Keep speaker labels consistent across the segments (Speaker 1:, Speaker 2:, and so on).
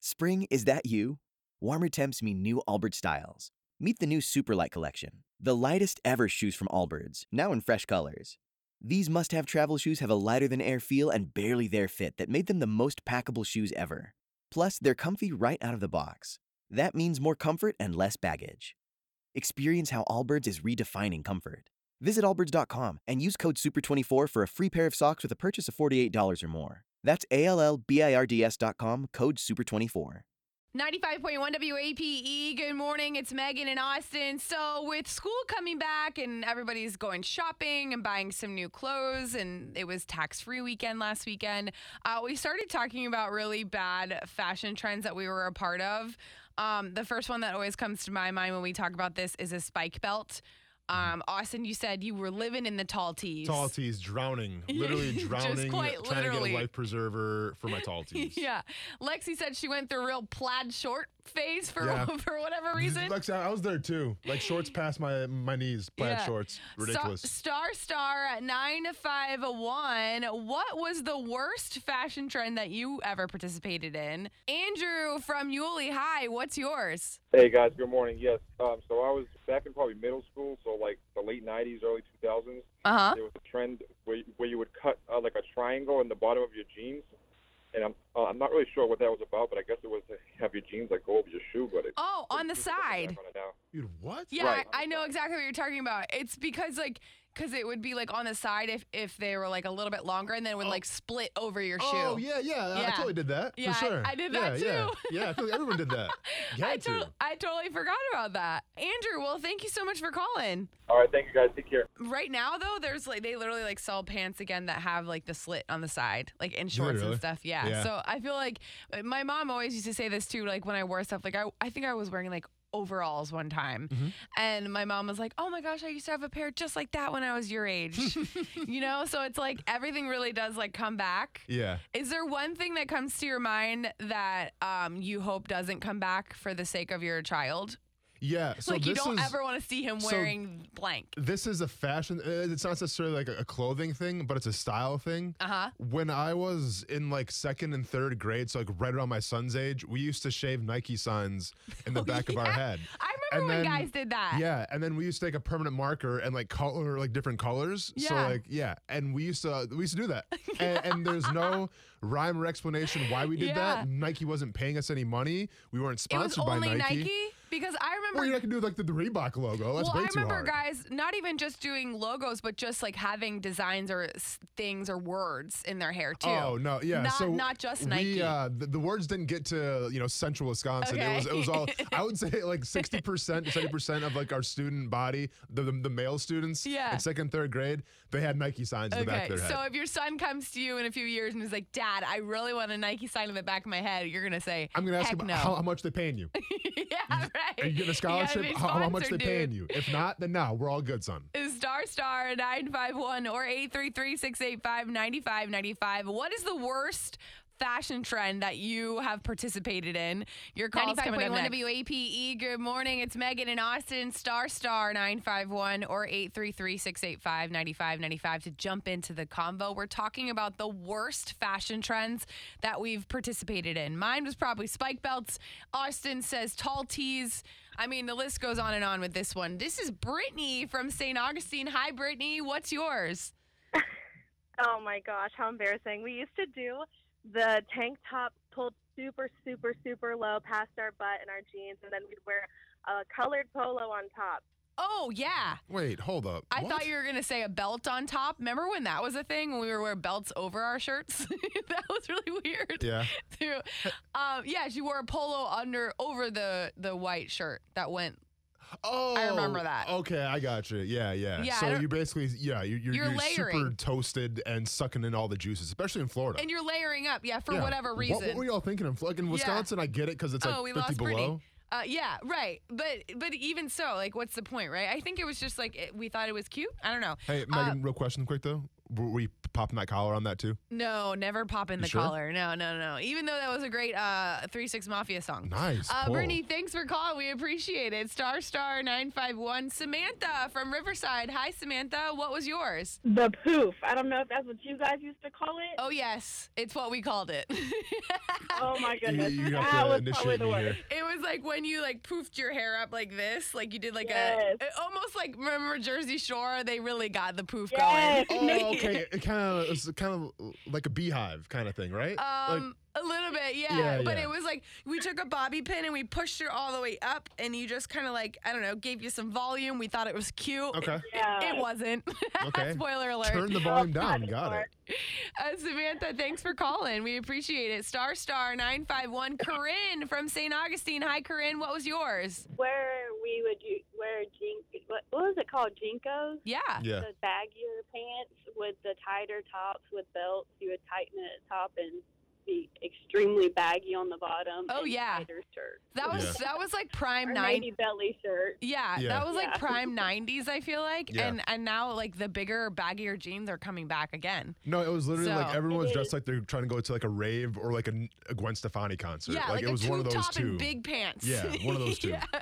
Speaker 1: Spring, is that you? Warmer temps mean new Allbirds styles. Meet the new Superlight collection, the lightest ever shoes from Allbirds, now in fresh colors. These must have travel shoes have a lighter than air feel and barely their fit that made them the most packable shoes ever. Plus, they're comfy right out of the box. That means more comfort and less baggage. Experience how Allbirds is redefining comfort. Visit allbirds.com and use code SUPER24 for a free pair of socks with a purchase of $48 or more. That's A L L B I R D S dot com, code SUPER24.
Speaker 2: 95.1 WAPE. E. Good morning. It's Megan in Austin. So, with school coming back and everybody's going shopping and buying some new clothes, and it was tax free weekend last weekend, uh, we started talking about really bad fashion trends that we were a part of. Um, the first one that always comes to my mind when we talk about this is a spike belt. Um, Austin, you said you were living in the tall tees.
Speaker 3: Tall tees drowning,
Speaker 2: Yeah,
Speaker 3: literally
Speaker 2: just
Speaker 3: drowning,
Speaker 2: quite
Speaker 3: trying to
Speaker 2: literally.
Speaker 3: get a life preserver for my tall tees.
Speaker 2: Yeah. Lexi said she went through a real plaid short phase for,
Speaker 3: Yeah.
Speaker 2: for whatever reason.
Speaker 3: Like I was there too. Like shorts past my my knees, plaid
Speaker 2: Yeah.
Speaker 3: shorts,
Speaker 2: Star-
Speaker 3: ridiculous.
Speaker 2: Star Star at nine five one. What was the worst fashion trend that you ever participated in? Andrew from Yulee High, what's yours?
Speaker 4: Hey guys, good morning. Yes, um, so I was back in probably middle school, so like the late '90s, early 2000s.
Speaker 2: Uh huh.
Speaker 4: There was a trend where, where you would cut uh, like a triangle in the bottom of your jeans, and I'm uh, I'm not really sure what that was about, but I guess it was to have your jeans like go over your shoe, but it,
Speaker 2: Oh, on the
Speaker 4: it's something I
Speaker 2: side.
Speaker 4: found it out.
Speaker 3: Dude, what?
Speaker 2: Yeah,
Speaker 4: Right.
Speaker 2: I, I know exactly what you're talking about. It's because like because it would be like on the side if if they were like a little bit longer and then it would like split over your
Speaker 3: Oh
Speaker 2: shoe.
Speaker 3: yeah, yeah, I- I
Speaker 2: Yeah.
Speaker 3: totally did that
Speaker 2: Yeah, I-
Speaker 3: for sure.
Speaker 2: I did
Speaker 3: yeah,
Speaker 2: that
Speaker 3: Yeah,
Speaker 2: too.
Speaker 3: yeah, I feel like everyone did that. You
Speaker 2: I,
Speaker 3: had to.
Speaker 2: to- I totally forgot about that. Andrew, well, thank you so much for calling.
Speaker 4: All right, thank you guys. Take care.
Speaker 2: Right now, though, there's like they literally like sell pants again that have like the slit on the side, like in
Speaker 3: they
Speaker 2: shorts
Speaker 3: really?
Speaker 2: and stuff. Yeah.
Speaker 3: Yeah.
Speaker 2: So I feel like uh, my mom always used to say this too. Like when I wore stuff, like I I think I was wearing like overalls one time,
Speaker 3: Mhm.
Speaker 2: and my mom was like, "Oh my gosh, I used to have a pair just like that when I was your age," you know. So it's like everything really does like come back.
Speaker 3: Yeah.
Speaker 2: Is there one thing that comes to your mind that um you hope doesn't come back for the sake of your child?
Speaker 3: Yeah. So
Speaker 2: like
Speaker 3: this
Speaker 2: you don't
Speaker 3: is
Speaker 2: ever want to see him
Speaker 3: so-
Speaker 2: wearing blank.
Speaker 3: this is a fashion. uh, It's not necessarily like a a clothing thing, but it's a style thing.
Speaker 2: Uh huh.
Speaker 3: When I was in like second and third grade, so like right around my son's age, we used to shave Nike signs in the
Speaker 2: Oh,
Speaker 3: back of our
Speaker 2: yeah.
Speaker 3: head.
Speaker 2: I
Speaker 3: And
Speaker 2: remember when
Speaker 3: then-
Speaker 2: guys did that.
Speaker 3: Yeah, and then we used to take a permanent marker and like color like different colors. So
Speaker 2: Yeah.
Speaker 3: like yeah, and we used to we used to do that. and, and there's no rhyme or explanation why we did that. Nike wasn't paying us any money. We weren't
Speaker 2: It was
Speaker 3: sponsored
Speaker 2: only
Speaker 3: by
Speaker 2: Nike.
Speaker 3: Nike.
Speaker 2: because I remember.
Speaker 3: Well, you're not gonna do like the, the Reebok logo. That's
Speaker 2: well,
Speaker 3: way
Speaker 2: I
Speaker 3: too
Speaker 2: remember
Speaker 3: hard.
Speaker 2: guys not even just doing logos, but just like having designs or s- things or words in their hair too.
Speaker 3: Oh no, yeah.
Speaker 2: Not-
Speaker 3: so
Speaker 2: not just Nike.
Speaker 3: We, uh, the, the words didn't get to you know central Wisconsin. It was it was all
Speaker 2: Okay.
Speaker 3: I would say like sixty percent, seventy percent of like our student body, the the, the male students
Speaker 2: Yeah.
Speaker 3: in second third grade, they had Nike signs in the back
Speaker 2: Okay,
Speaker 3: of their head.
Speaker 2: so if your son comes to you in a few years and is like, "Dad, I really want a Nike sign in the back of my head," you're gonna say,
Speaker 3: I'm gonna ask
Speaker 2: Heck
Speaker 3: about
Speaker 2: no.
Speaker 3: how, how much they paying you.
Speaker 2: "Yeah, right."
Speaker 3: Are you getting a
Speaker 2: gotta
Speaker 3: scholarship?
Speaker 2: be
Speaker 3: how, how much they
Speaker 2: sponsored,
Speaker 3: paying
Speaker 2: dude.
Speaker 3: you? If not, then no, we're all good, son.
Speaker 2: Is star star 951 or 833-685-9595 what is the worst fashion trend that you have participated in your call's coming up
Speaker 5: 95.1
Speaker 2: next. wape E, good morning it's megan in austin star star 951 or 833-685-9595 to jump into the combo we're talking about the worst fashion trends that we've participated in mine was probably spike belts austin says tall tees I mean, the list goes on and on with this one. This is Brittany from St. Augustine. Hi, Brittany. What's yours?
Speaker 6: Oh my gosh, how embarrassing. We used to do the tank top pulled super, super, super low past our butt and our jeans, and then we'd wear a colored polo on top.
Speaker 2: Oh, yeah.
Speaker 3: Wait, hold up.
Speaker 2: I
Speaker 3: What?
Speaker 2: thought you were going to say a belt on top. Remember when that was a thing when we were wearing belts over our shirts? that was really weird.
Speaker 3: Yeah.
Speaker 2: Too. Um, yeah, she wore a polo under over the the white shirt that went.
Speaker 3: Oh,
Speaker 2: remember that.
Speaker 3: Okay, I got you. Yeah, yeah.
Speaker 2: Yeah, I
Speaker 3: so
Speaker 2: don't-
Speaker 3: you basically, yeah, you're, you're,
Speaker 2: You're
Speaker 3: you're super
Speaker 2: layering.
Speaker 3: toasted and sucking in all the juices, especially in Florida.
Speaker 2: And you're layering up, yeah, for
Speaker 3: Yeah.
Speaker 2: whatever
Speaker 3: What-
Speaker 2: reason.
Speaker 3: What, were y'all thinking? In, Fl- like in
Speaker 2: Yeah.
Speaker 3: Wisconsin, I get it because it's like
Speaker 2: Oh, we
Speaker 3: 50
Speaker 2: lost Brittany.
Speaker 3: below.
Speaker 2: Uh, yeah, right. But but even so, like, what's the point, right? I think it was just like it, we thought it was cute. I don't know.
Speaker 3: Hey, Megan, real question quick though. were were you popping that collar on that too?
Speaker 2: No, never pop in
Speaker 3: You
Speaker 2: the
Speaker 3: sure?
Speaker 2: collar. No, no, no. Even though that was a great uh, Three Six Mafia song.
Speaker 3: Nice.
Speaker 2: Uh,
Speaker 3: pull.
Speaker 2: Brittany, thanks for calling. We appreciate it. Star Star nine five one. Samantha from Riverside. Hi, Samantha. What was yours?
Speaker 6: The poof. I don't know if that's what you guys used to call it.
Speaker 2: Oh yes, it's what we called it. it
Speaker 6: Oh my
Speaker 3: You-
Speaker 6: goodness.
Speaker 3: you have
Speaker 6: that
Speaker 3: to
Speaker 6: was probably
Speaker 3: initiate
Speaker 6: the
Speaker 3: me
Speaker 6: worst.
Speaker 3: here.
Speaker 2: was like when you like poofed your hair up like this, like you did like
Speaker 6: Yes.
Speaker 2: a it- almost like remember Jersey Shore? They really got the poof
Speaker 6: Yes.
Speaker 2: going.
Speaker 3: Oh, okay. It kind of it's kind of like a beehive kind of thing, right? Like-
Speaker 2: Um, a little bit, yeah.
Speaker 3: Yeah,
Speaker 2: But
Speaker 3: yeah.
Speaker 2: it was like we took a bobby pin and we pushed her all the way up, and you just kind of like I don't know, gave you some volume. We thought it was cute.
Speaker 3: okay.
Speaker 6: Yeah.
Speaker 2: It wasn't.
Speaker 3: Okay.
Speaker 2: Spoiler alert.
Speaker 3: Turn the
Speaker 6: Oh,
Speaker 3: volume
Speaker 6: God,
Speaker 3: down.
Speaker 6: it's
Speaker 3: Got it.
Speaker 6: hard.
Speaker 2: Uh, Samantha, thanks for calling. We appreciate it. Star Star nine five one. Corinne from St. Augustine. Hi, Corinne. What was yours?
Speaker 6: Where we would you wear jink? What, what was it called? Jinkos.
Speaker 2: Yeah.
Speaker 3: Yeah.
Speaker 6: The baggier pants with the tighter tops with belts. You would tighten it at top and be extremely baggy on the bottom.
Speaker 2: Oh,
Speaker 6: and
Speaker 2: yeah.
Speaker 6: Tighter shirt.
Speaker 2: That was that was like prime
Speaker 6: Or
Speaker 2: nine.
Speaker 6: maybe belly shirt.
Speaker 2: Yeah,
Speaker 3: Yeah.
Speaker 2: that was like
Speaker 6: Yeah.
Speaker 2: prime '90s. I feel like,
Speaker 3: Yeah.
Speaker 2: and and now like the bigger, baggier jeans are coming back again.
Speaker 3: No, it was literally like
Speaker 2: So-
Speaker 3: everyone's
Speaker 6: It
Speaker 3: dressed
Speaker 6: is.
Speaker 3: like they're trying to go to like a rave or like a, a Gwen Stefani concert.
Speaker 2: yeah, like,
Speaker 3: it
Speaker 2: a
Speaker 3: was
Speaker 2: tube
Speaker 3: one of those
Speaker 2: top
Speaker 3: two.
Speaker 2: and big pants.
Speaker 3: Yeah, one of those two.
Speaker 2: yeah. Uh,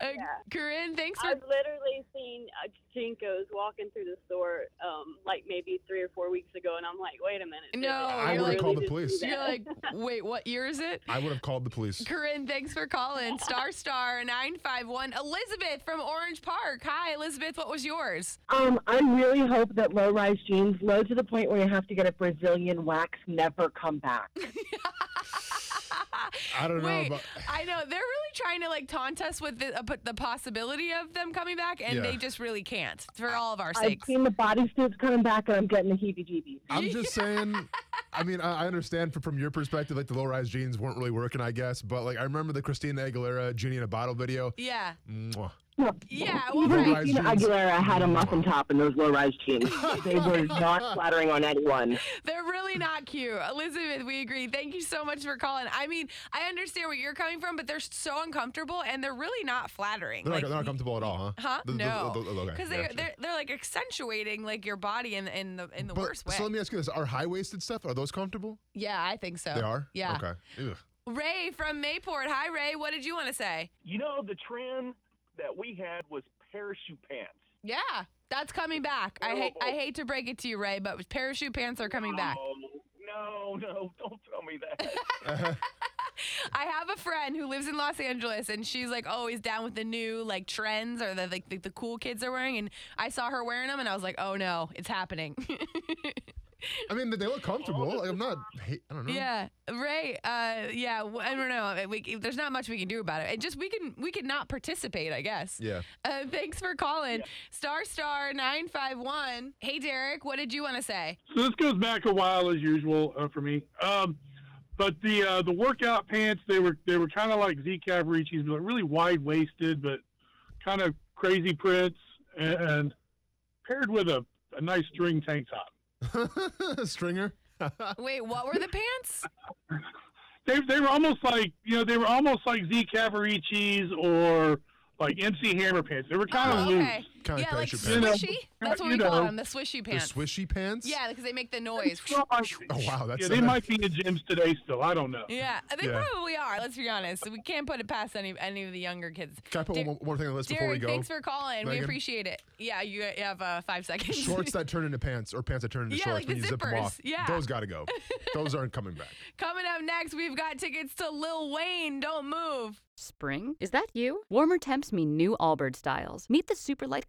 Speaker 6: Yeah.
Speaker 2: Corinne, thanks for
Speaker 6: I've literally seen uh, Jinkos walking through the store, um, like maybe three or four weeks ago, and I'm like, wait a minute. did
Speaker 2: No, I
Speaker 6: really
Speaker 3: would've called the
Speaker 6: just do
Speaker 3: police.
Speaker 6: that?
Speaker 2: you're like, wait, what year is it?
Speaker 3: I would have called the police.
Speaker 2: Corinne, thanks for calling. Star Star nine five one. Elizabeth from Orange Park. Hi, Elizabeth. What was yours?
Speaker 5: Um, I really hope that low rise jeans, low to the point where you have to get a Brazilian wax, never come back.
Speaker 3: I don't
Speaker 2: Wait,
Speaker 3: know. About,
Speaker 2: I know they're really trying to like taunt us with the, uh, put the possibility of them coming back, and
Speaker 3: Yeah.
Speaker 2: they just really can't for all of our
Speaker 5: I've
Speaker 2: sakes.
Speaker 5: seen the bodysuits coming back and I'm getting the heebie jeebies.
Speaker 3: I'm just saying. I mean, I I understand from, from your perspective, like the low rise jeans weren't really working, I guess. But like, I remember the Christina Aguilera Genie in a Bottle video.
Speaker 2: Yeah,
Speaker 3: Mwah.
Speaker 2: yeah. Well,
Speaker 3: Low-rise
Speaker 5: Even
Speaker 2: right.
Speaker 5: Christina
Speaker 3: jeans.
Speaker 5: Aguilera had a muffin top in those low rise jeans. they were not flattering on anyone.
Speaker 2: They're really not cute. Elizabeth, we agree. Thank you so much for calling. I mean, I understand where you're coming from, but they're so uncomfortable and they're really not flattering.
Speaker 3: They're,
Speaker 2: Like,
Speaker 3: not, they're not comfortable at all, huh?
Speaker 2: Huh?
Speaker 3: The- the-
Speaker 2: No.
Speaker 3: the- the- okay,
Speaker 2: Because they're,
Speaker 3: gotcha.
Speaker 2: they're they're like accentuating like your body in in the in the
Speaker 3: But-
Speaker 2: worst way.
Speaker 3: So let me ask you this: Are high waisted stuff are those comfortable?
Speaker 2: yeah, I think so.
Speaker 3: They are.
Speaker 2: Yeah.
Speaker 3: Okay. Ew.
Speaker 2: Ray from Mayport. Hi, Ray. What did you want to say?
Speaker 7: You know, the trend that we had was parachute pants.
Speaker 2: Yeah, that's coming back. I hate I
Speaker 7: Horrible.
Speaker 2: hate to break it to you, Ray, but parachute pants are coming back.
Speaker 7: No, no, no, don't tell me that.
Speaker 3: Uh-huh.
Speaker 2: I have a friend who lives in Los Angeles, and she's like always down with the new like trends or the like the, the cool kids are wearing. And I saw her wearing them, and I was like, oh no, it's happening.
Speaker 3: I mean, they look comfortable. Like, I'm not. hate- I
Speaker 8: Hmm.
Speaker 3: don't know.
Speaker 2: yeah, Ray. Uh, yeah, w- I don't know. We, there's not much we can do about it. It just we can we can not participate, I guess.
Speaker 3: Yeah.
Speaker 2: Uh, thanks for calling, Star Star nine five one. Hey, Derek, what did you want to say?
Speaker 8: so this goes back a while as usual uh, for me. Um, but the uh, the workout pants they were they were kind of like Z Cavaricis, but really wide waisted, but kind of crazy prints, and, and paired with a, a nice string tank top.
Speaker 3: Stringer.
Speaker 2: Wait, what were the pants?
Speaker 8: They they were almost like you know they were almost like Z Cavaricis or like MC Hammer pants. They were kind of
Speaker 2: Oh,
Speaker 8: loose.
Speaker 2: okay.
Speaker 3: Kind
Speaker 2: yeah,
Speaker 3: of
Speaker 2: like
Speaker 3: parachute
Speaker 8: You know,
Speaker 3: pants.
Speaker 2: swishy. That's what we
Speaker 8: you
Speaker 2: call
Speaker 8: know.
Speaker 2: them, the swishy
Speaker 3: They're
Speaker 2: pants.
Speaker 3: swishy pants.
Speaker 2: yeah, because they make the noise.
Speaker 3: Oh wow, that's
Speaker 8: yeah, they might be in gyms today still. I don't know.
Speaker 2: Yeah, they
Speaker 3: Yeah.
Speaker 2: probably are. Let's be honest. We can't put it past any any of the younger kids.
Speaker 3: Can I put
Speaker 2: Der-
Speaker 3: one, one more thing on the list before we
Speaker 2: Derek,
Speaker 3: go?
Speaker 2: thanks for calling. We
Speaker 3: Megan?
Speaker 2: appreciate it. Yeah, you you have uh, five seconds.
Speaker 3: shorts that turn into pants or pants that turn into
Speaker 2: Yeah,
Speaker 3: shorts
Speaker 2: like
Speaker 3: when
Speaker 2: the
Speaker 3: you zip them
Speaker 2: zippers.
Speaker 3: off.
Speaker 2: Yeah.
Speaker 3: Those got to go. Those aren't coming back.
Speaker 2: Coming up next, we've got tickets to Lil Wayne. Don't move.
Speaker 9: Spring? Is that you? Warmer temps mean new Allbirds styles. Meet the Superlight